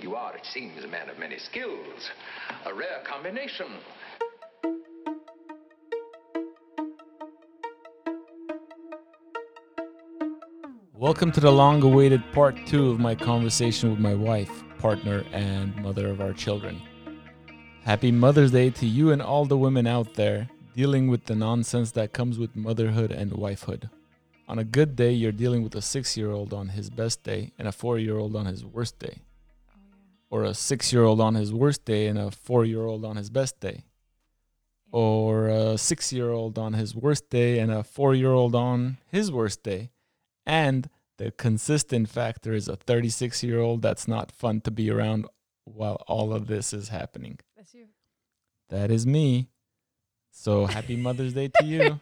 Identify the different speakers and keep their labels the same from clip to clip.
Speaker 1: you are, it seems, a man of many skills. A rare combination.
Speaker 2: Welcome to the long awaited part two of my conversation with my wife, partner, and mother of our children. Happy Mother's Day to you and all the women out there dealing with the nonsense that comes with motherhood and wifehood. On a good day, you're dealing with a six year old on his best day and a four year old on his worst day, or a six year old on his worst day and a four year old on his best day, or a six year old on his worst day and a four year old on his worst day. And the consistent factor is a 36 year old that's not fun to be around while all of this is happening.
Speaker 3: That's you.
Speaker 2: That is me. So happy Mother's Day to you.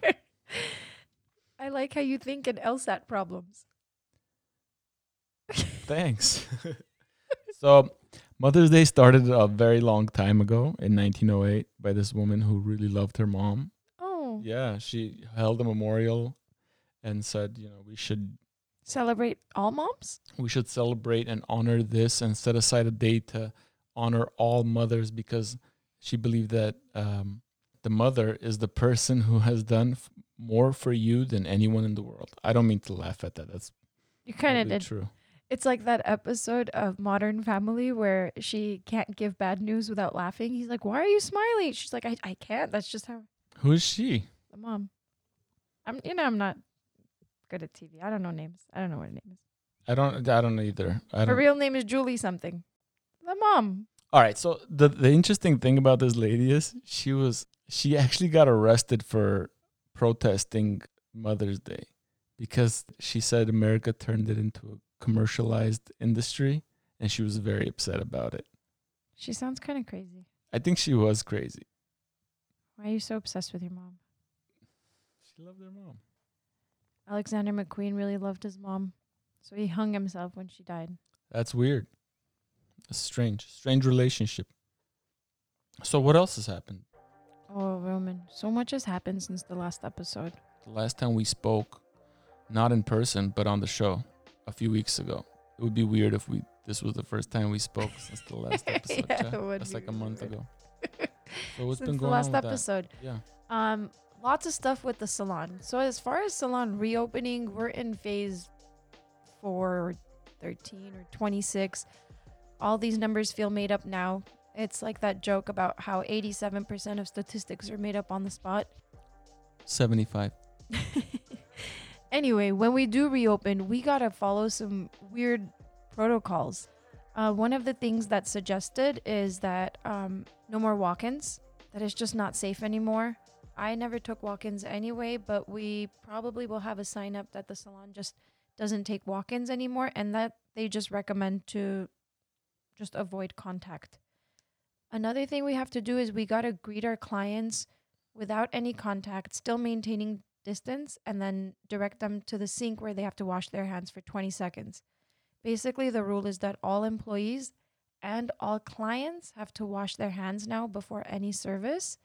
Speaker 3: I like how you think in LSAT problems.
Speaker 2: Thanks. so Mother's Day started a very long time ago in 1908 by this woman who really loved her mom.
Speaker 3: Oh,
Speaker 2: Yeah, she held a memorial and said, you know, we should
Speaker 3: celebrate all moms?
Speaker 2: we should celebrate and honor this and set aside a day to honor all mothers because she believed that um, the mother is the person who has done f- more for you than anyone in the world. I don't mean to laugh at that. That's
Speaker 3: You kind of
Speaker 2: probably
Speaker 3: did.
Speaker 2: true.
Speaker 3: It's like that episode of Modern Family where she can't give bad news without laughing. He's like, "Why are you smiling?" She's like, "I, I can't. That's just how
Speaker 2: Who is she?
Speaker 3: the mom." I'm you know I'm not good at TV. I don't know names. I don't know what her name is.
Speaker 2: I don't. I don't either. I
Speaker 3: Her
Speaker 2: don't.
Speaker 3: real name is Julie something. The mom.
Speaker 2: All right. So the the interesting thing about this lady is she was she actually got arrested for protesting Mother's Day because she said America turned it into a commercialized industry and she was very upset about it.
Speaker 3: She sounds kind of crazy.
Speaker 2: I think she was crazy.
Speaker 3: Why are you so obsessed with your mom?
Speaker 2: She loved her mom.
Speaker 3: Alexander McQueen really loved his mom, so he hung himself when she died.
Speaker 2: That's weird. That's strange. Strange relationship. So what else has happened?
Speaker 3: Oh, Roman, so much has happened since the last episode.
Speaker 2: The last time we spoke, not in person, but on the show a few weeks ago. It would be weird if we this was the first time we spoke since the last episode.
Speaker 3: Yeah,
Speaker 2: yeah?
Speaker 3: it would
Speaker 2: That's
Speaker 3: be
Speaker 2: like a
Speaker 3: really
Speaker 2: month
Speaker 3: weird.
Speaker 2: ago. So what's
Speaker 3: since
Speaker 2: been going
Speaker 3: the last
Speaker 2: on with
Speaker 3: episode.
Speaker 2: that? Yeah.
Speaker 3: Um, lots of stuff with the salon. So as far as salon reopening, we're in phase four, or thirteen, or twenty-six. All these numbers feel made up now. It's like that joke about how eighty-seven percent of statistics are made up on the spot.
Speaker 2: 75.
Speaker 3: anyway, when we do reopen, we gotta follow some weird protocols. Uh, one of the things that's suggested is that um, no more walk ins, that it's just not safe anymore. I never took walk ins anyway, but we probably will have a sign up that the salon just doesn't take walk ins anymore and that they just recommend to just avoid contact. Another thing we have to do is we gotta greet our clients without any contact, still maintaining distance, and then direct them to the sink where they have to wash their hands for 20 seconds. Basically, the rule is that all employees and all clients have to wash their hands now before any service.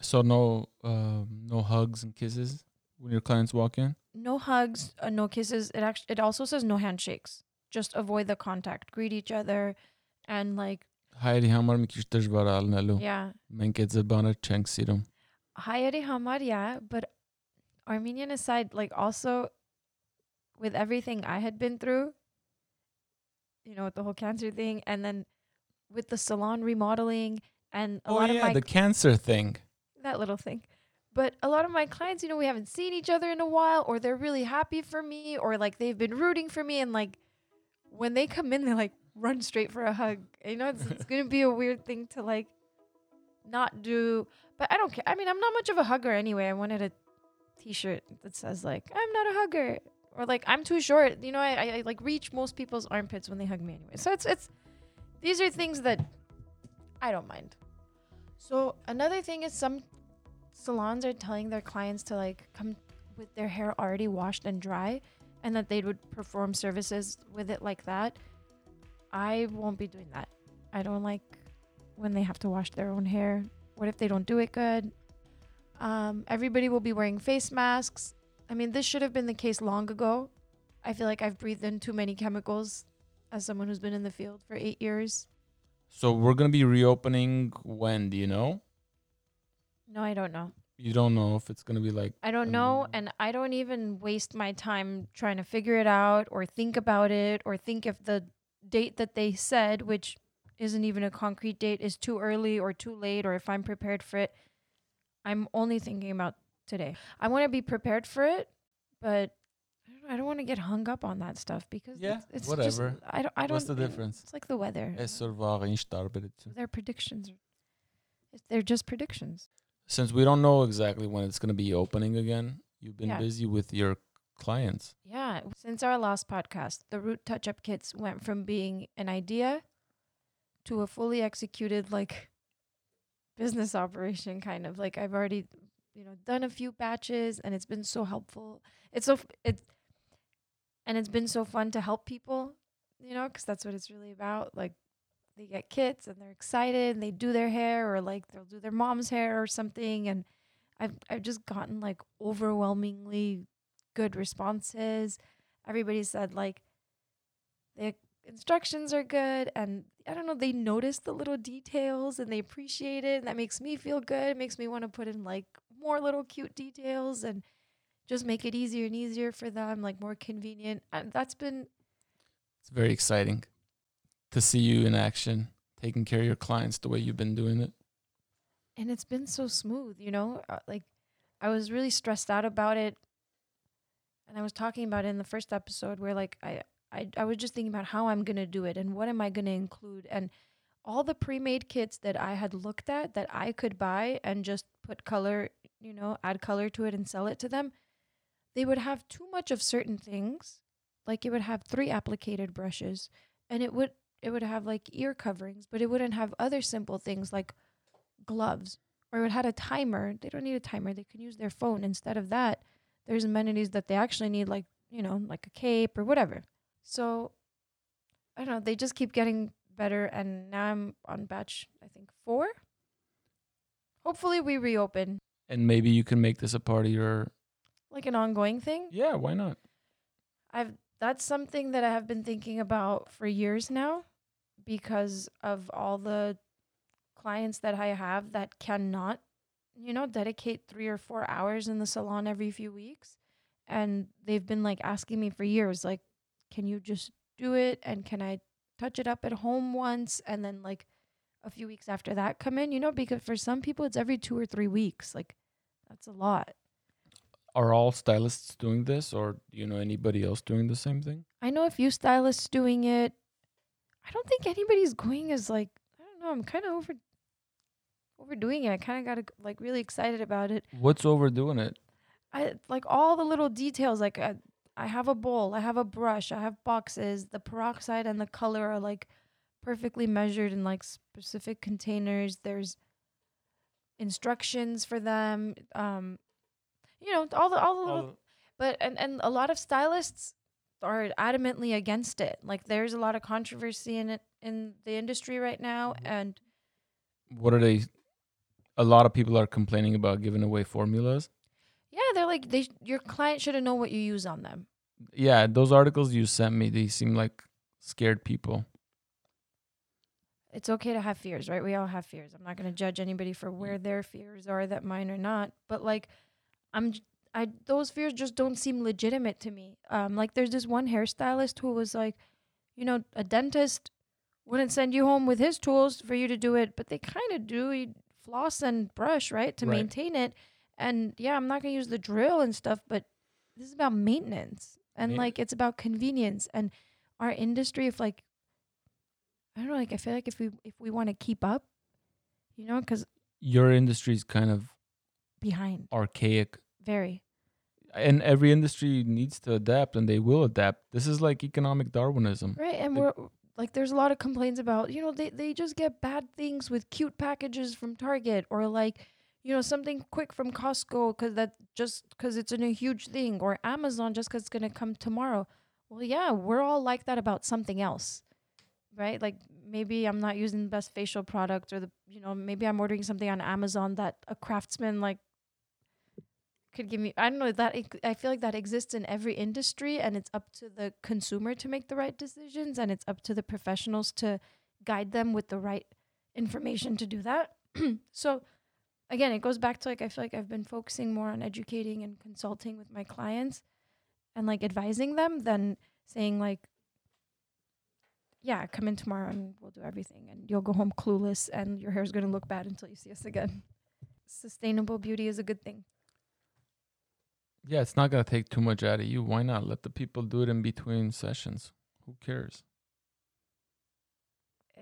Speaker 2: So no um, no hugs and kisses when your clients walk in.
Speaker 3: No hugs, uh, no kisses. It actually it also says no handshakes. Just avoid the contact. Greet each other and like
Speaker 2: Heidi hamar mikishtash bara alnalu.
Speaker 3: yeah.
Speaker 2: Men kedze bana cheng sirum.
Speaker 3: Hayari Hamar, yeah, but Armenian aside, like also with everything I had been through, you know, with the whole cancer thing, and then with the salon remodeling and a
Speaker 2: Oh
Speaker 3: lot of
Speaker 2: yeah,
Speaker 3: my
Speaker 2: the cancer thing.
Speaker 3: that little thing. But a lot of my clients, you know, we haven't seen each other in a while, or they're really happy for me, or like they've been rooting for me, and like when they come in, they like run straight for a hug. You know, it's, it's gonna be a weird thing to like not do. But I don't care. I mean, I'm not much of a hugger anyway. I wanted a T-shirt that says like I'm not a hugger, or like I'm too short. You know, I, I, I like reach most people's armpits when they hug me anyway. So it's it's these are things that I don't mind. So another thing is some salons are telling their clients to like come with their hair already washed and dry and that they would perform services with it like that. I won't be doing that. I don't like when they have to wash their own hair. What if they don't do it good? Um, everybody will be wearing face masks. I mean, this should have been the case long ago. I feel like I've breathed in too many chemicals as someone who's been in the field for eight years.
Speaker 2: So we're gonna be reopening when? Do you know?
Speaker 3: No, I don't know.
Speaker 2: You don't know if it's gonna be like
Speaker 3: I don't know,
Speaker 2: Um,
Speaker 3: and I don't even waste my time trying to figure it out or think about it or think if the date that they said, which isn't even a concrete date, is too early or too late or if I'm prepared for it. I'm only thinking about today. I want to be prepared for it, but I don't know, I don't want to get hung up on that stuff because
Speaker 2: Yeah,
Speaker 3: it's, it's
Speaker 2: whatever.
Speaker 3: Just, I don't. I don't.
Speaker 2: What's the
Speaker 3: eh,
Speaker 2: difference?
Speaker 3: It's like the weather.
Speaker 2: Es war instarberetu.
Speaker 3: Their predictions. are- it's- They're just predictions.
Speaker 2: Since we don't know exactly when it's gonna be opening again, you've been
Speaker 3: Yeah.
Speaker 2: busy with your clients.
Speaker 3: Yeah. Since our last podcast, the Root Touch Up Kits went from being an idea to a fully executed, like, business operation, kind of. Like, I've already, you know, done a few batches and it's been so helpful. It's so, f- it's, and it's been so fun to help people, you know, because that's what it's really about. Like, they get kits and they're excited and they do their hair or like they'll do their mom's hair or something. And I've, I've just gotten like overwhelmingly good responses. Everybody said like the instructions are good and I don't know, they notice the little details and they appreciate it and that makes me feel good. It makes me want to put in like more little cute details and just make it easier and easier for them, like more convenient. And that's been
Speaker 2: It's very exciting to see you in action, taking care of your clients the way you've been doing it.
Speaker 3: and it's been so smooth, you know? Uh, Like I was really stressed out about it. And I was talking about it in the first episode where like I I, I was just thinking about how I'm going to do it and what am I going to include and all the pre-made kits that I had looked at that I could buy and just put color, you know, add color to it and sell it to them, they would have too much of certain things. Like it would have three applicated brushes and it would it would have like ear coverings, but it wouldn't have other simple things like gloves or it had a timer. They don't need a timer. They can use their phone instead of that. There's amenities that they actually need, like you know, like a cape or whatever. So I don't know. They just keep getting better, and now I'm on batch I think four. Hopefully, we reopen
Speaker 2: And maybe you can make this a part of your
Speaker 3: like an ongoing thing.
Speaker 2: Yeah, why not?
Speaker 3: I've that's something that I have been thinking about for years now because of all the clients that I have that cannot, you know, dedicate 3 or 4 hours in the salon every few weeks and they've been like asking me for years like can you just do it and can I touch it up at home once and then like a few weeks after that come in, you know, because for some people it's every 2 or 3 weeks. Like that's a lot.
Speaker 2: Are all stylists doing this or do you know anybody else doing the same thing?
Speaker 3: I know a few stylists doing it. I don't think anybody's going as like I don't know. I'm kind of over overdoing it. I kind of got like really excited about it.
Speaker 2: What's overdoing it?
Speaker 3: I like all the little details. Like I, I have a bowl. I have a brush. I have boxes. The peroxide and the color are like perfectly measured in like specific containers. There's instructions for them. Um, you know all the all the little but and and a lot of stylists are adamantly against it like there's a lot of controversy in it in the industry right now
Speaker 2: Mhm.
Speaker 3: and
Speaker 2: what are they a lot of people are complaining about giving away formulas
Speaker 3: yeah they're like they sh- your client shouldn't know what you use on them
Speaker 2: yeah those articles you sent me they seem like scared people
Speaker 3: it's okay to have fears right we all have fears i'm not going to judge anybody for where their fears are that mine are not but like i'm j- i those fears just don't seem legitimate to me um like there's this one hairstylist who was like you know a dentist wouldn't send you home with his tools for you to do it but they kind of do you floss and brush right to
Speaker 2: Right.
Speaker 3: maintain it and yeah i'm not going to use the drill and stuff but this is about maintenance and
Speaker 2: Main-
Speaker 3: like it's about convenience and our industry if like i don't know like i feel like if we if we want to keep up you know because
Speaker 2: your industry is kind of
Speaker 3: behind
Speaker 2: archaic
Speaker 3: very
Speaker 2: and every industry needs to adapt and they will adapt this is like economic darwinism
Speaker 3: right and
Speaker 2: It-
Speaker 3: we're like there's a lot of complaints about you know they, they just get bad things with cute packages from target or like you know something quick from costco because that just because it's in a huge thing or amazon just because it's going to come tomorrow well yeah we're all like that about something else right like maybe i'm not using the best facial product or the you know maybe i'm ordering something on amazon that a craftsman like could give me i don't know that ex- i feel like that exists in every industry and it's up to the consumer to make the right decisions and it's up to the professionals to guide them with the right information to do that so again it goes back to like i feel like i've been focusing more on educating and consulting with my clients and like advising them than saying like yeah come in tomorrow and we'll do everything and you'll go home clueless and your hair's going to look bad until you see us again sustainable beauty is a good thing
Speaker 2: Yeah, it's not gonna take too much out of you. Why not let the people do it in between sessions? Who cares?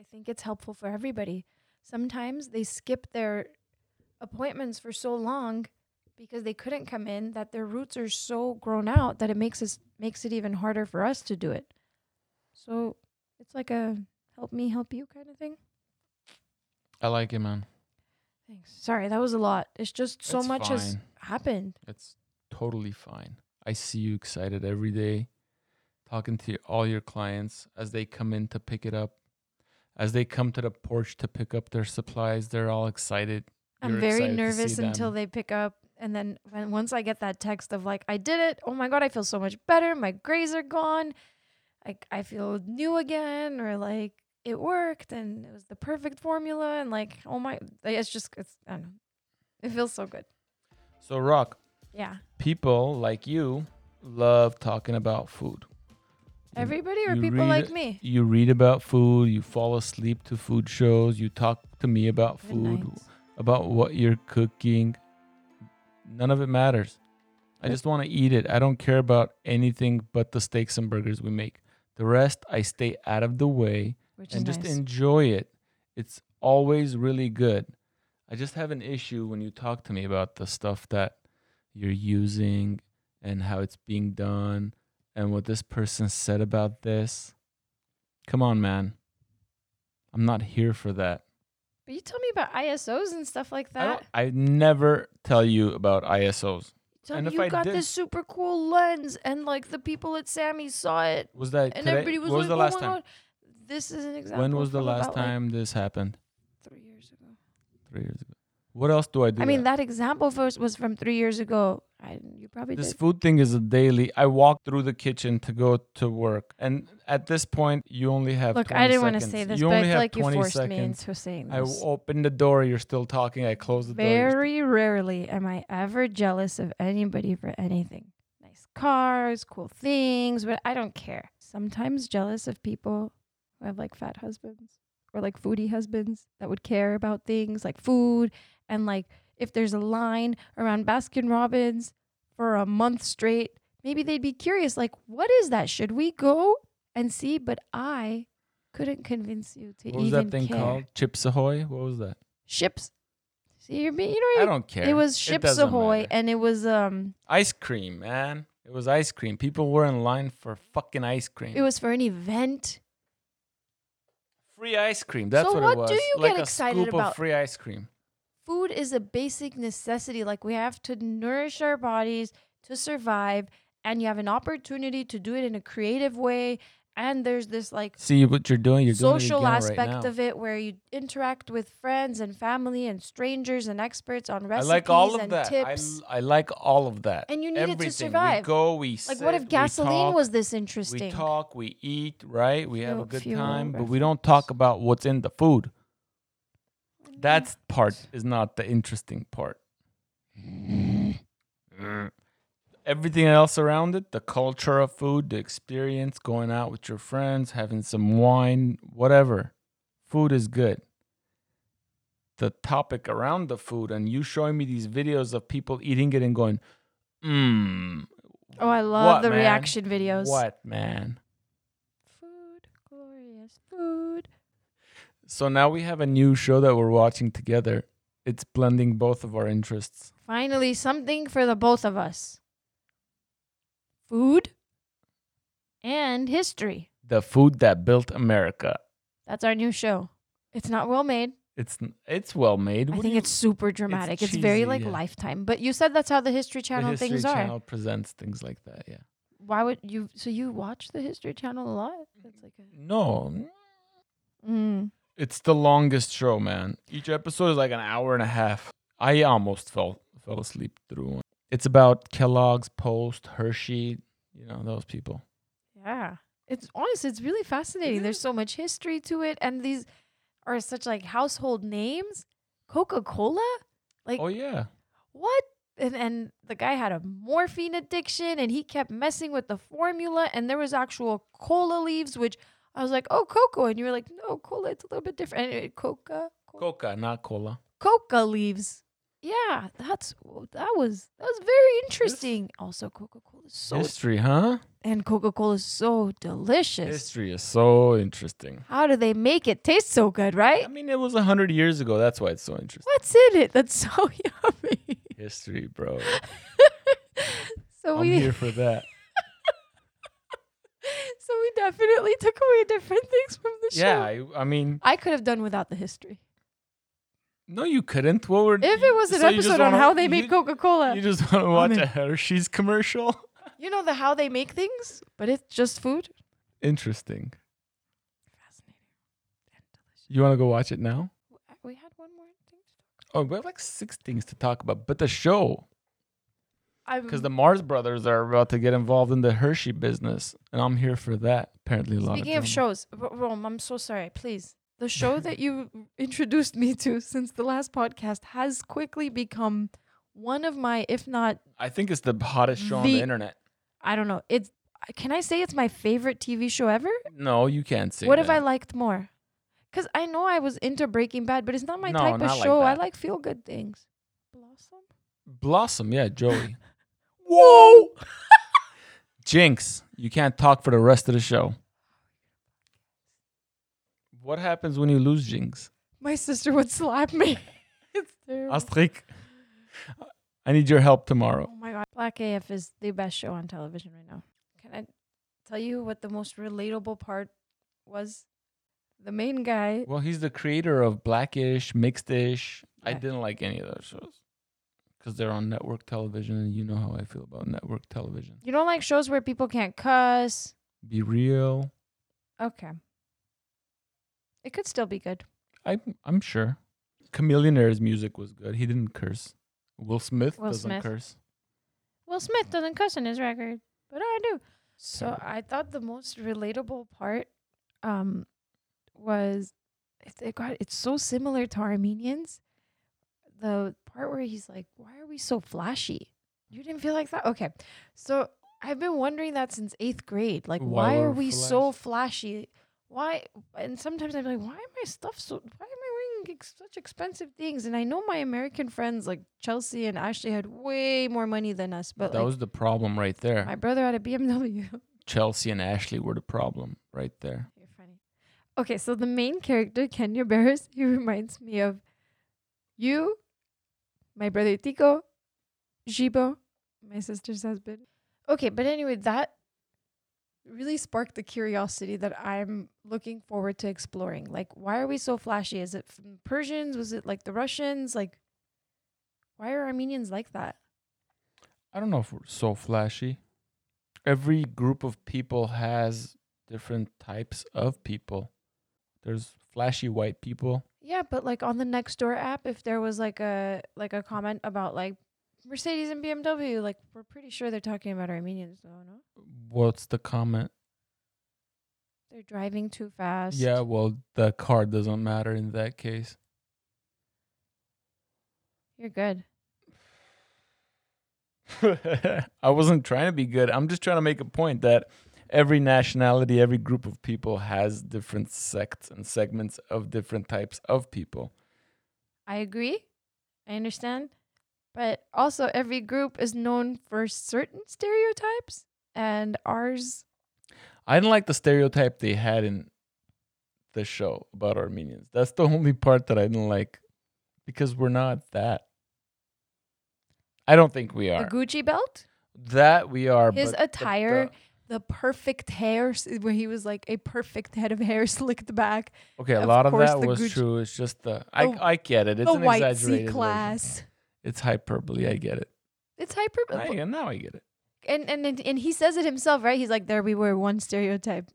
Speaker 3: I think it's helpful for everybody. Sometimes they skip their appointments for so long because they couldn't come in that their roots are so grown out that it makes us makes it even harder for us to do it. So it's like a help me help you kind of thing.
Speaker 2: I like it, man.
Speaker 3: Thanks. Sorry, that was a lot. It's just so
Speaker 2: It's
Speaker 3: much has
Speaker 2: fine.
Speaker 3: happened.
Speaker 2: It's totally fine. I see you excited every day, talking to your- all your clients as they come in to pick it up. As they come to the porch to pick up their supplies, they're all excited.
Speaker 3: I'm
Speaker 2: You're
Speaker 3: very
Speaker 2: excited to see
Speaker 3: nervous until
Speaker 2: them.
Speaker 3: they pick up and then when once I get that text of like I did it, oh my god, I feel so much better. My grays are gone. I I feel new again or like it worked and it was the perfect formula and like oh my it's just it's I don't know. It feels so good.
Speaker 2: So, Rock,
Speaker 3: Yeah.
Speaker 2: people like you love talking about food. You-
Speaker 3: Everybody or
Speaker 2: you
Speaker 3: people
Speaker 2: read-
Speaker 3: like me.
Speaker 2: You read about food, you fall asleep to food shows, you talk to me about
Speaker 3: Good
Speaker 2: food,
Speaker 3: nights.
Speaker 2: about what you're cooking. None of it matters. I just want to eat it. I don't care about anything but the steaks and burgers we make. The rest, I stay out of the way
Speaker 3: Which
Speaker 2: and
Speaker 3: is
Speaker 2: just
Speaker 3: nice.
Speaker 2: enjoy it. It's always really good. I just have an issue when you talk to me about the stuff that you're using and how it's being done and what this person said about this. Come on, man. I'm not here for that.
Speaker 3: but you tell me about ISOs and stuff like
Speaker 2: I, don't-
Speaker 3: that.
Speaker 2: I never tell you about ISOs.
Speaker 3: Tell
Speaker 2: and
Speaker 3: me
Speaker 2: if
Speaker 3: you
Speaker 2: I
Speaker 3: got
Speaker 2: did-
Speaker 3: this super cool lens and like the people at Sammy saw it
Speaker 2: Was that
Speaker 3: and
Speaker 2: today?
Speaker 3: everybody was
Speaker 2: when was
Speaker 3: like,
Speaker 2: the
Speaker 3: "Oh
Speaker 2: last
Speaker 3: my
Speaker 2: time?
Speaker 3: god, this is an example."
Speaker 2: When was the
Speaker 3: from
Speaker 2: last
Speaker 3: about, like,
Speaker 2: time this happened?
Speaker 3: three years ago.
Speaker 2: Three years ago. What else do I do?
Speaker 3: I mean,
Speaker 2: that-
Speaker 3: that example was was from three years ago. I, you probably
Speaker 2: this
Speaker 3: did.
Speaker 2: food thing is a daily. I walk through the kitchen to go to work, and at this point, you only have.
Speaker 3: Look,
Speaker 2: 20
Speaker 3: I didn't want
Speaker 2: want
Speaker 3: to say this,
Speaker 2: you
Speaker 3: but I
Speaker 2: only
Speaker 3: feel
Speaker 2: have
Speaker 3: like you
Speaker 2: 20
Speaker 3: forced me
Speaker 2: seconds.
Speaker 3: into saying
Speaker 2: I
Speaker 3: this.
Speaker 2: open the door. You're still talking. I close the door. you're
Speaker 3: Very rarely am I ever jealous of anybody for anything. Nice cars, cool things, but I don't care. Sometimes jealous of people who have like fat husbands or like foodie husbands that would care about things like food and like if there's a line around Baskin Robbins for a month straight, maybe they'd be curious like what is that? Should we go and see? But I couldn't convince you to
Speaker 2: Still, what was
Speaker 3: even
Speaker 2: that thing
Speaker 3: care.
Speaker 2: called? Chips Ahoy. What was that?
Speaker 3: Ships. See, you're being, you don't even
Speaker 2: I don't care.
Speaker 3: it was Ships
Speaker 2: doesn't
Speaker 3: Ahoy,
Speaker 2: matter.
Speaker 3: and it was um,
Speaker 2: ice cream, man. It was ice cream. People were in line for fucking ice cream.
Speaker 3: it was for an event.
Speaker 2: free ice cream. That's
Speaker 3: So
Speaker 2: what, it
Speaker 3: what
Speaker 2: was.
Speaker 3: do you
Speaker 2: like
Speaker 3: get
Speaker 2: a
Speaker 3: excited
Speaker 2: scoop
Speaker 3: about?
Speaker 2: Of free ice cream.
Speaker 3: Food is a basic necessity. Like we have to nourish our bodies to survive, and you have an opportunity to do it in a creative way. And there's this like
Speaker 2: See what you're doing. You're
Speaker 3: social
Speaker 2: doing it again
Speaker 3: aspect
Speaker 2: right now.
Speaker 3: of it where you interact with friends and family and strangers and experts on
Speaker 2: I
Speaker 3: recipes
Speaker 2: like all of
Speaker 3: and
Speaker 2: that. I,
Speaker 3: tips.
Speaker 2: l- I like all of that.
Speaker 3: And you need it to
Speaker 2: Everything.
Speaker 3: survive.
Speaker 2: We go. We
Speaker 3: like
Speaker 2: sit,
Speaker 3: what if
Speaker 2: we
Speaker 3: gasoline
Speaker 2: talk,
Speaker 3: was this interesting?
Speaker 2: We talk. We eat. Right. We have a
Speaker 3: Fuel-
Speaker 2: good
Speaker 3: fuel
Speaker 2: time, but we don't talk about what's in the food. That part is not the interesting part. Everything else around it, the culture of food, the experience, going out with your friends, having some wine, whatever. Food is good. The topic around the food, and you showing me these videos of people eating it and going, mmm.
Speaker 3: Oh, I love
Speaker 2: What,
Speaker 3: the
Speaker 2: man?
Speaker 3: reaction videos.
Speaker 2: What, man?
Speaker 3: Food, glorious food.
Speaker 2: So now we have a new show that we're watching together. It's blending both of our interests.
Speaker 3: Finally, something for the both of us food and history.
Speaker 2: The food that built America.
Speaker 3: That's our new show. It's not well made.
Speaker 2: It's it's well made.
Speaker 3: I
Speaker 2: What do
Speaker 3: think
Speaker 2: you-
Speaker 3: it's super dramatic. It's,
Speaker 2: cheesy,
Speaker 3: very like
Speaker 2: yeah.
Speaker 3: Lifetime. But you said that's how the History
Speaker 2: the
Speaker 3: Channel
Speaker 2: History
Speaker 3: things
Speaker 2: Channel
Speaker 3: are.
Speaker 2: presents things like that. Yeah.
Speaker 3: Why would you? So you watch the History Channel a lot?
Speaker 2: Mm-hmm.
Speaker 3: That's like a.
Speaker 2: No,
Speaker 3: Mm.
Speaker 2: it's the longest show, man. Each episode is like an hour and a half. I almost fell fell asleep through one. it's about Kellogg's, Post, Hershey, you know, those people.
Speaker 3: Yeah. It's honestly, it's really fascinating. There's so much history to it, and these are such like household names. Coca Cola, like
Speaker 2: Oh yeah.
Speaker 3: what? And and the guy had a morphine addiction, and he kept messing with the formula, and there was actual cola leaves, which I was like, oh, cocoa, and you were like, no, cola, it's a little bit different. And it- coca, coca,
Speaker 2: Coca, not cola.
Speaker 3: coca leaves. Yeah, that's that was that was very interesting. Also, Coca Cola is so
Speaker 2: History, huh?
Speaker 3: and Coca Cola is so delicious.
Speaker 2: History is so interesting.
Speaker 3: How do they make it taste so good, right?
Speaker 2: I mean, it was a 100 years ago. That's why it's so interesting.
Speaker 3: What's in it? That's so yummy.
Speaker 2: History, bro.
Speaker 3: So
Speaker 2: I'm
Speaker 3: we
Speaker 2: here for that.
Speaker 3: so we definitely took away different things from the
Speaker 2: Yeah,
Speaker 3: show.
Speaker 2: I, I mean,
Speaker 3: I could have done without the history.
Speaker 2: no, you couldn't. What were
Speaker 3: If
Speaker 2: you-
Speaker 3: it was an
Speaker 2: so you just
Speaker 3: episode on
Speaker 2: wanna-
Speaker 3: how they
Speaker 2: you-
Speaker 3: made Coca Cola,
Speaker 2: You just want to watch
Speaker 3: in.
Speaker 2: a Hershey's commercial?
Speaker 3: you know the how they make things, but it's just food.
Speaker 2: Interesting.
Speaker 3: Fascinating and delicious.
Speaker 2: You want to go watch it now?
Speaker 3: We had one more thing.
Speaker 2: Oh, we have like six things to talk about, but the show
Speaker 3: I'm
Speaker 2: because the Mars brothers are about to get involved in the Hershey business, and I'm here for that. Apparently, a lot.
Speaker 3: Speaking of,
Speaker 2: drama.
Speaker 3: shows, R- Rome, I'm so sorry. Please, the show that you introduced me to since the last podcast has quickly become one of my, if not,
Speaker 2: I think it's the hottest show on the
Speaker 3: The-
Speaker 2: internet.
Speaker 3: I don't know. It's can I say it's my favorite TV show ever?
Speaker 2: No, you can't say.
Speaker 3: what if I
Speaker 2: that.
Speaker 3: liked more? Because I know I was into Breaking Bad, but it's not my
Speaker 2: No,
Speaker 3: type of
Speaker 2: not like
Speaker 3: show. I
Speaker 2: that.
Speaker 3: like feel good things. Blossom.
Speaker 2: Blossom? Yeah, Joey. Whoa. Jinx, you can't talk for the rest of the show. What happens when you lose Jinx?
Speaker 3: My sister would slap me. it's terrible.
Speaker 2: Astrik, I need your help tomorrow.
Speaker 3: Oh my god, Black AF is the best show on television right now. Can I tell you what the most relatable part was? The main guy.
Speaker 2: Well, he's the creator of Blackish, Mixedish. I
Speaker 3: Yeah.
Speaker 2: didn't like any of those shows because they're on network television, and you know how I feel about network television.
Speaker 3: You don't like shows where people can't cuss.
Speaker 2: Be real.
Speaker 3: Okay. It could still be good.
Speaker 2: I I'm sure. Chameleonaire's music was good. He didn't curse. Will Smith
Speaker 3: Will
Speaker 2: doesn't
Speaker 3: Smith.
Speaker 2: curse.
Speaker 3: Will Smith doesn't cuss in his record, but I do. So I thought the most relatable part um, was it, it got it's so similar to Armenians. The part where he's like, "Why are we so flashy?" You didn't feel like that, okay? So I've been wondering that since eighth grade. Like,
Speaker 2: Why
Speaker 3: why, are
Speaker 2: we're
Speaker 3: we so flashy? Why? And sometimes I'm like, why am I stuff so? Why am I wearing ex- such expensive things? And I know my American friends like Chelsea and Ashley had way more money than us, but
Speaker 2: that
Speaker 3: like,
Speaker 2: was the problem right there.
Speaker 3: my brother had a BMW.
Speaker 2: Chelsea and Ashley were the problem right there.
Speaker 3: You're funny. Okay, so the main character, Kenya Barris, he reminds me of you, my brother Tico, Jibo, my sister's husband. Okay, but anyway, that really sparked the curiosity that I'm looking forward to exploring. Like, why are we so flashy? Is it from Persians? Was it like the Russians? Like, why are Armenians like that?
Speaker 2: I don't know if we're so flashy. Every group of people has different types of people. There's flashy white people.
Speaker 3: Yeah, but like on the next door app, if there was like a like a comment about like Mercedes and BMW, like we're pretty sure they're talking about Armenians, though, no?
Speaker 2: What's the comment?
Speaker 3: They're driving too fast.
Speaker 2: Yeah, well, the car doesn't matter in that case.
Speaker 3: You're good.
Speaker 2: I wasn't trying to be good. I'm just trying to make a point that every nationality, every group of people has different sects and segments of different types of people.
Speaker 3: I agree. I understand. But also every group is known for certain stereotypes and ours
Speaker 2: I didn't like the stereotype they had in the show about Armenians. That's the only part that I didn't like because we're not that. I don't think we
Speaker 3: a
Speaker 2: are.
Speaker 3: Gucci belt,
Speaker 2: that we are.
Speaker 3: his
Speaker 2: but- but
Speaker 3: attire,
Speaker 2: the-
Speaker 3: the perfect hair s- where he was like a perfect head of hair slicked back,
Speaker 2: okay, a
Speaker 3: of
Speaker 2: lot of
Speaker 3: course
Speaker 2: that
Speaker 3: the
Speaker 2: was
Speaker 3: Gucci-
Speaker 2: true. It's just the. I,
Speaker 3: the-
Speaker 2: I get it. It's
Speaker 3: the
Speaker 2: an
Speaker 3: white
Speaker 2: exaggerated.
Speaker 3: C
Speaker 2: version.
Speaker 3: class.
Speaker 2: It's hyperbole. I get it.
Speaker 3: It's hyper
Speaker 2: I, now I get it.
Speaker 3: and and and- and he says it himself, right? He's like, there we were, one stereotype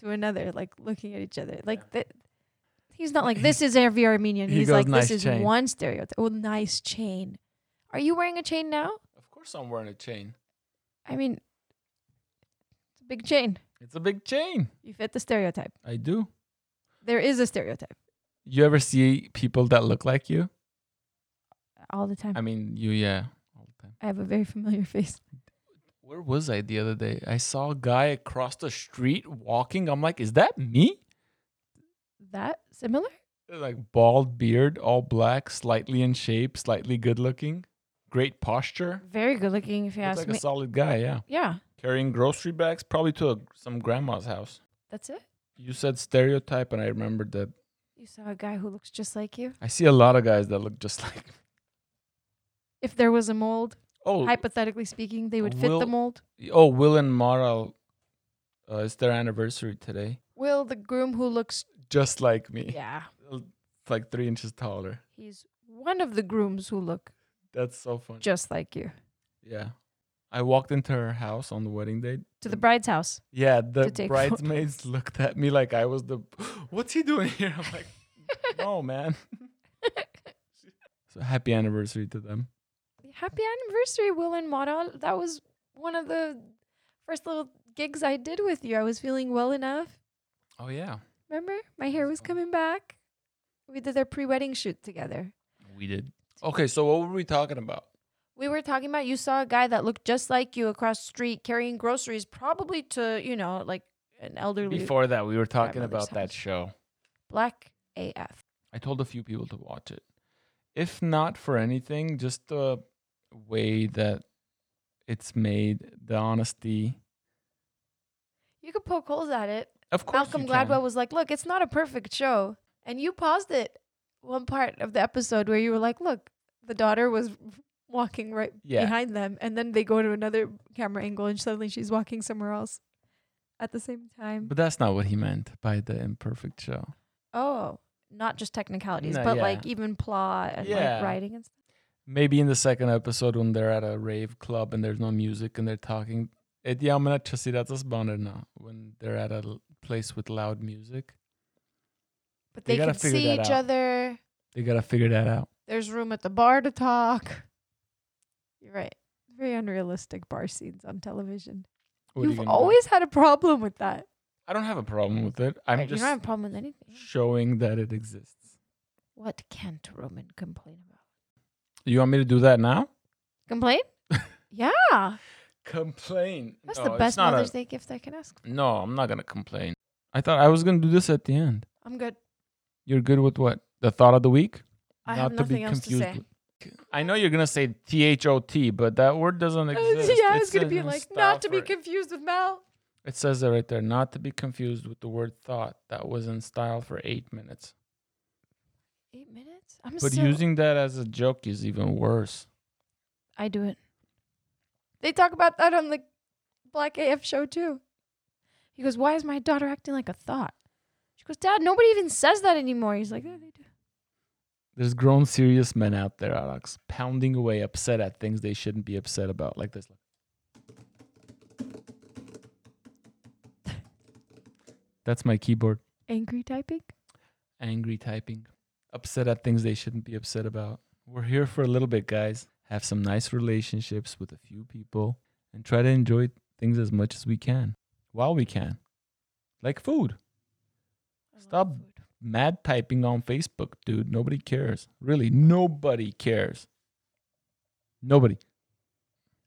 Speaker 3: to another, like looking at each other, like that. He's not like this is every Armenian.
Speaker 2: he
Speaker 3: He's
Speaker 2: goes,
Speaker 3: like
Speaker 2: "Nice
Speaker 3: this is
Speaker 2: chain."
Speaker 3: one stereotype. Oh, nice chain. Are you wearing a chain now?
Speaker 2: Of course I'm wearing a chain.
Speaker 3: I mean, it's a big chain.
Speaker 2: It's a big chain.
Speaker 3: You fit the stereotype.
Speaker 2: I do.
Speaker 3: There is a stereotype
Speaker 2: You ever see people that look like you?
Speaker 3: all the time.
Speaker 2: I mean, you, yeah, all the time.
Speaker 3: I have a very familiar face.
Speaker 2: Where was I the other day? I saw a guy across the street walking. I'm like, is that me?
Speaker 3: That similar?
Speaker 2: Like bald beard, all black, slightly in shape, slightly good looking, great posture.
Speaker 3: Very good looking, if you
Speaker 2: Looks
Speaker 3: ask
Speaker 2: like
Speaker 3: me.
Speaker 2: a solid guy, yeah.
Speaker 3: yeah,
Speaker 2: Carrying grocery bags, probably to a, some grandma's house.
Speaker 3: that's it.
Speaker 2: You said stereotype, and I remembered that
Speaker 3: You saw a guy who looks just like you.
Speaker 2: I see a lot of guys that look just like.
Speaker 3: If there was a mold,
Speaker 2: Oh,
Speaker 3: hypothetically speaking, they would fit the
Speaker 2: Will-
Speaker 3: mold.
Speaker 2: oh, Will and Mara. Uh, it's their anniversary today.
Speaker 3: Will the groom who looks
Speaker 2: Just like me,
Speaker 3: yeah,
Speaker 2: It's like three inches taller.
Speaker 3: he's one of the grooms who look
Speaker 2: That's so funny.
Speaker 3: just like you.
Speaker 2: yeah, I walked into her house on the wedding day.
Speaker 3: To the bride's house.
Speaker 2: Yeah, the
Speaker 3: take
Speaker 2: bridesmaids looked at me like I was the. What's he doing here? I'm like, no, man. so happy anniversary to them.
Speaker 3: Happy anniversary, Will and Mara. That was one of the first little gigs I did with you. I was feeling well enough.
Speaker 2: Oh yeah,
Speaker 3: Remember? My hair was coming back. We did their pre wedding shoot together.
Speaker 2: we did. Okay, so what were we talking about?
Speaker 3: We were talking about you saw a guy that looked just like you across the street carrying groceries, probably to, you know, like an elderly
Speaker 2: Before that, we were talking
Speaker 3: grandmother's
Speaker 2: about that
Speaker 3: house.
Speaker 2: show.
Speaker 3: black AF.
Speaker 2: I told a few people to watch it. If not for anything, just the way that it's made, the honesty.
Speaker 3: You could poke holes at it.
Speaker 2: Of course,
Speaker 3: Malcolm Gladwell was like, look, it's not a perfect show. And you paused it one part of the episode where you were like, look, the daughter was walking right
Speaker 2: Yeah.
Speaker 3: behind them. And then they go to another camera angle and suddenly she's walking somewhere else at the same time.
Speaker 2: But that's not what he meant by the imperfect show.
Speaker 3: Oh, not just technicalities,
Speaker 2: No,
Speaker 3: but
Speaker 2: yeah.
Speaker 3: like even plot and
Speaker 2: Yeah.
Speaker 3: like writing and stuff.
Speaker 2: Maybe in the second episode, when they're at a rave club and there's no music and they're talking. Eh, Ja, men att jag ser att det är barnen nu, When they're at a l- place with loud music,
Speaker 3: But
Speaker 2: You
Speaker 3: they
Speaker 2: gotta
Speaker 3: can
Speaker 2: figure
Speaker 3: see
Speaker 2: that
Speaker 3: each
Speaker 2: out.
Speaker 3: other.
Speaker 2: they gotta figure that out.
Speaker 3: There's room at the bar to talk. You're right. Very unrealistic bar scenes on television.
Speaker 2: What are you
Speaker 3: You've
Speaker 2: gonna do?
Speaker 3: always had a problem with that.
Speaker 2: I don't have a problem with it. I'm
Speaker 3: Right, you
Speaker 2: just
Speaker 3: don't have a problem with anything.
Speaker 2: showing that it exists.
Speaker 3: What can't Roman complain about?
Speaker 2: You want me to do that now?
Speaker 3: Complain? yeah.
Speaker 2: complain.
Speaker 3: That's
Speaker 2: No,
Speaker 3: the
Speaker 2: it's
Speaker 3: best
Speaker 2: not a-
Speaker 3: Mother's Day gift I can ask. for.
Speaker 2: no, I'm not gonna complain. I thought I was gonna do this at the end.
Speaker 3: I'm good.
Speaker 2: You're good with what? The thought of the week?
Speaker 3: I have nothing else to say.
Speaker 2: with- I know you're gonna say T H O T, but that word doesn't exist.
Speaker 3: yeah,
Speaker 2: It
Speaker 3: it's going to
Speaker 2: says
Speaker 3: be
Speaker 2: in
Speaker 3: like,
Speaker 2: stuff
Speaker 3: not to be
Speaker 2: or-
Speaker 3: confused with Mal.
Speaker 2: It says that right there, not to be confused with the word thought that was in style for eight minutes.
Speaker 3: Eight minutes? I'm
Speaker 2: But
Speaker 3: still-
Speaker 2: using that as a joke is even worse.
Speaker 3: I do it. They talk about that on the Black AF show too. He goes, Why is my daughter acting like a thought? She goes, Dad, nobody even says that anymore. He's like, Yeah, they do.
Speaker 2: There's grown serious men out there, Alex, pounding away, upset at things they shouldn't be upset about, like this. That's my keyboard.
Speaker 3: Angry typing?
Speaker 2: Angry typing. Upset at things they shouldn't be upset about. We're here for a little bit, guys. Have some nice relationships with a few people and try to enjoy things as much as we can while we can. Like food.
Speaker 3: I love
Speaker 2: Stop.
Speaker 3: food.
Speaker 2: Mad typing on Facebook, dude. Nobody cares. Really, nobody cares. Nobody.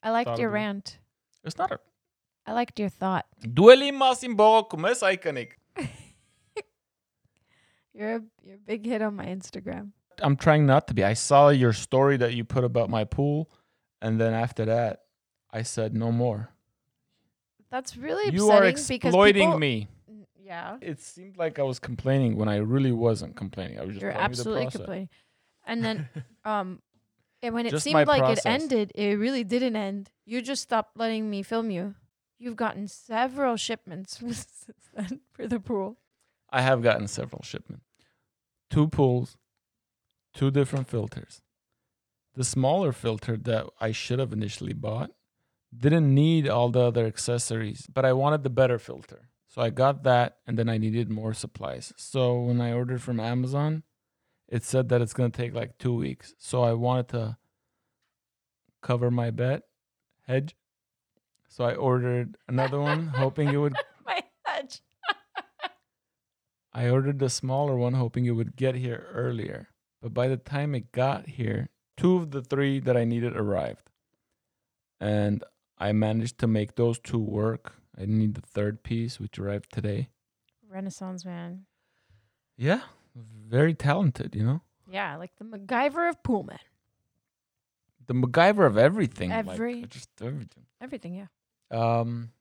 Speaker 3: I liked
Speaker 2: Thought
Speaker 3: your
Speaker 2: of it.
Speaker 3: rant.
Speaker 2: It's not a
Speaker 3: I liked your thought.
Speaker 2: Duelima symbolikum es iconic.
Speaker 3: You're a, you're a big hit on my Instagram.
Speaker 2: I'm trying not to be. I saw your story that you put about my pool, and then after that, I said no more.
Speaker 3: That's really
Speaker 2: you are
Speaker 3: upsetting because
Speaker 2: exploiting
Speaker 3: people-
Speaker 2: me.
Speaker 3: N- Yeah.
Speaker 2: It seemed like I was complaining when I really wasn't complaining. I was just
Speaker 3: You're
Speaker 2: telling you the
Speaker 3: absolutely
Speaker 2: process.
Speaker 3: complaining. And then um and when it
Speaker 2: Just my
Speaker 3: seemed like
Speaker 2: process.
Speaker 3: it ended, it really didn't end. You just stopped letting me film you. You've gotten several shipments since then for the pool.
Speaker 2: I have gotten several shipments. Two pools, two different filters. The smaller filter that I should have initially bought didn't need all the other accessories, but I wanted the better filter. So I got that and then I needed more supplies. So when I ordered from Amazon, it said that it's going to take like 2 weeks. So I wanted to cover my bet hedge. So I ordered another one, hoping it would.
Speaker 3: My hedge.
Speaker 2: I ordered the smaller one, hoping it would get here earlier. But by the time it got here, two of the three that I needed arrived. And I managed to make those two work. I need the third piece, which arrived today.
Speaker 3: Renaissance man.
Speaker 2: Yeah, very talented, you know?
Speaker 3: Yeah, like the MacGyver of Pullman.
Speaker 2: The MacGyver of everything. like,
Speaker 3: Every-
Speaker 2: just everything.
Speaker 3: Everything, yeah.
Speaker 2: Um,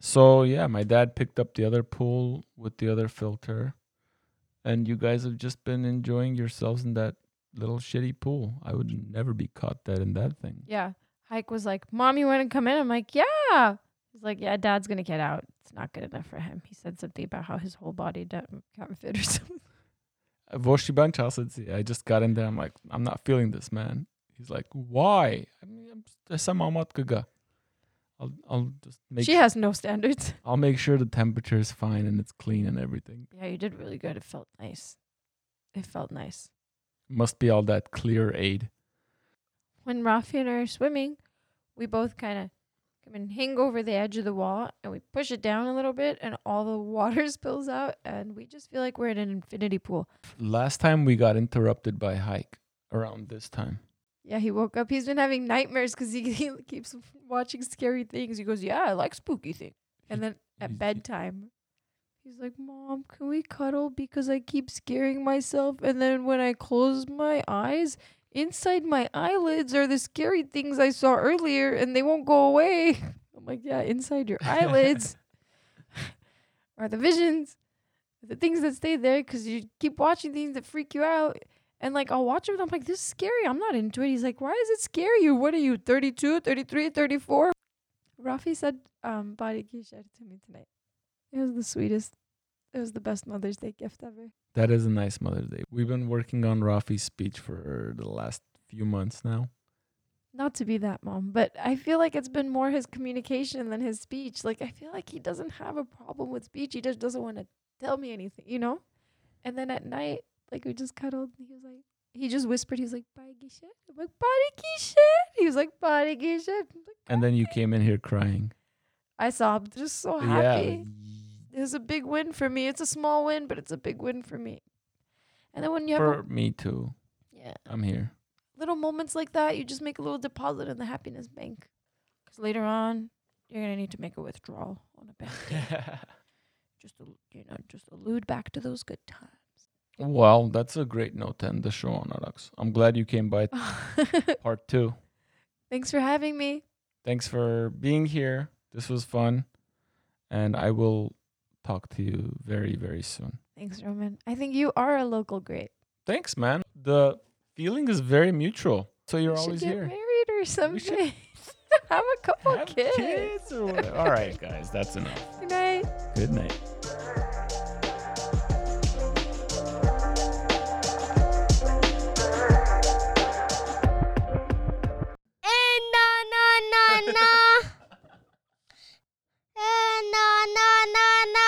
Speaker 2: so yeah, my dad picked up the other pool with the other filter, and you guys have just been enjoying yourselves in that little shitty pool. I would never be caught dead in that thing.
Speaker 3: Yeah. Hike was like, Mom, you want to come in? I'm like, Yeah. He's like, Yeah, dad's going to get out. It's not good enough for him. He said something about how his whole body got fit or something.
Speaker 2: Uh, Voshiban Chao said, "See, I just got in there. I'm like, I'm not feeling this, man. He's like, why? I mean, I'm just, I'm I'll, I'll just make.
Speaker 3: she
Speaker 2: su-
Speaker 3: has no standards.
Speaker 2: I'll make sure the temperature is fine and it's clean and everything.
Speaker 3: Yeah, you did really good. It felt nice. It felt nice.
Speaker 2: Must be all that clear aid.
Speaker 3: When Rafi and I are swimming, we both kind of come and hang over the edge of the wall and we push it down a little bit and all the water spills out and we just feel like we're in an infinity pool.
Speaker 2: Last time we got interrupted by hike around this time.
Speaker 3: Yeah, he woke up. He's been having nightmares because he, he keeps watching scary things. He goes, Yeah, I like spooky things. And then
Speaker 2: He's-
Speaker 3: at bedtime, he's like, Mom, can we cuddle? Because I keep scaring myself. And then when I close my eyes, inside my eyelids are the scary things I saw earlier and they won't go away. I'm like, Yeah, inside your eyelids are the visions, the things that stay there because you keep watching things that freak you out. And like, I'll watch him. and I'm like, this is scary. I'm not into it. He's like, why does it scare you? What are you, 32, 33, 34? Rafi said, um, Body Key shared it to me tonight. It was the sweetest. It was the best Mother's Day gift ever.
Speaker 2: That is a nice Mother's Day. We've been working on Rafi's speech for the last few months now.
Speaker 3: Not to be that mom, but I feel like it's been more his communication than his speech. Like, I feel like he doesn't have a problem with speech. He just doesn't want to tell me anything, you know? And then at night, like, we just cuddled. And he was like, he just whispered, he was like, Body Key shared." I'm like, Body Key shared." He was like, Body Key shared." I'm like,
Speaker 2: And then you
Speaker 3: "Okay."
Speaker 2: came in here crying.
Speaker 3: I sobbed, just so happy. It was a big win for me. It's a small win, but it's a big win for me. And then when you
Speaker 2: Yeah.
Speaker 3: have
Speaker 2: For me too.
Speaker 3: a, yeah,
Speaker 2: I'm here.
Speaker 3: little moments like that, you just make a little deposit in the happiness bank. Because later on, you're gonna need to make a withdrawal on a bank, day. just to, you know, just allude back to those good
Speaker 2: well, that's a great note to end the show on, Alex. I'm glad you came by
Speaker 3: times.
Speaker 2: part two.
Speaker 3: Thanks for having me.
Speaker 2: Thanks for being here. This was fun. And I will talk to you very, very soon.
Speaker 3: Thanks, Roman. I think you are a local great.
Speaker 2: Thanks, man. The feeling is very mutual. So you're
Speaker 3: You should
Speaker 2: always
Speaker 3: get
Speaker 2: here.
Speaker 3: married or
Speaker 2: should
Speaker 3: something. have a couple
Speaker 2: Have
Speaker 3: kids.
Speaker 2: kids or whatever. All right, guys, that's enough.
Speaker 3: Good night.
Speaker 2: Good night.
Speaker 4: Eh, na na na na. Eh, na na na na.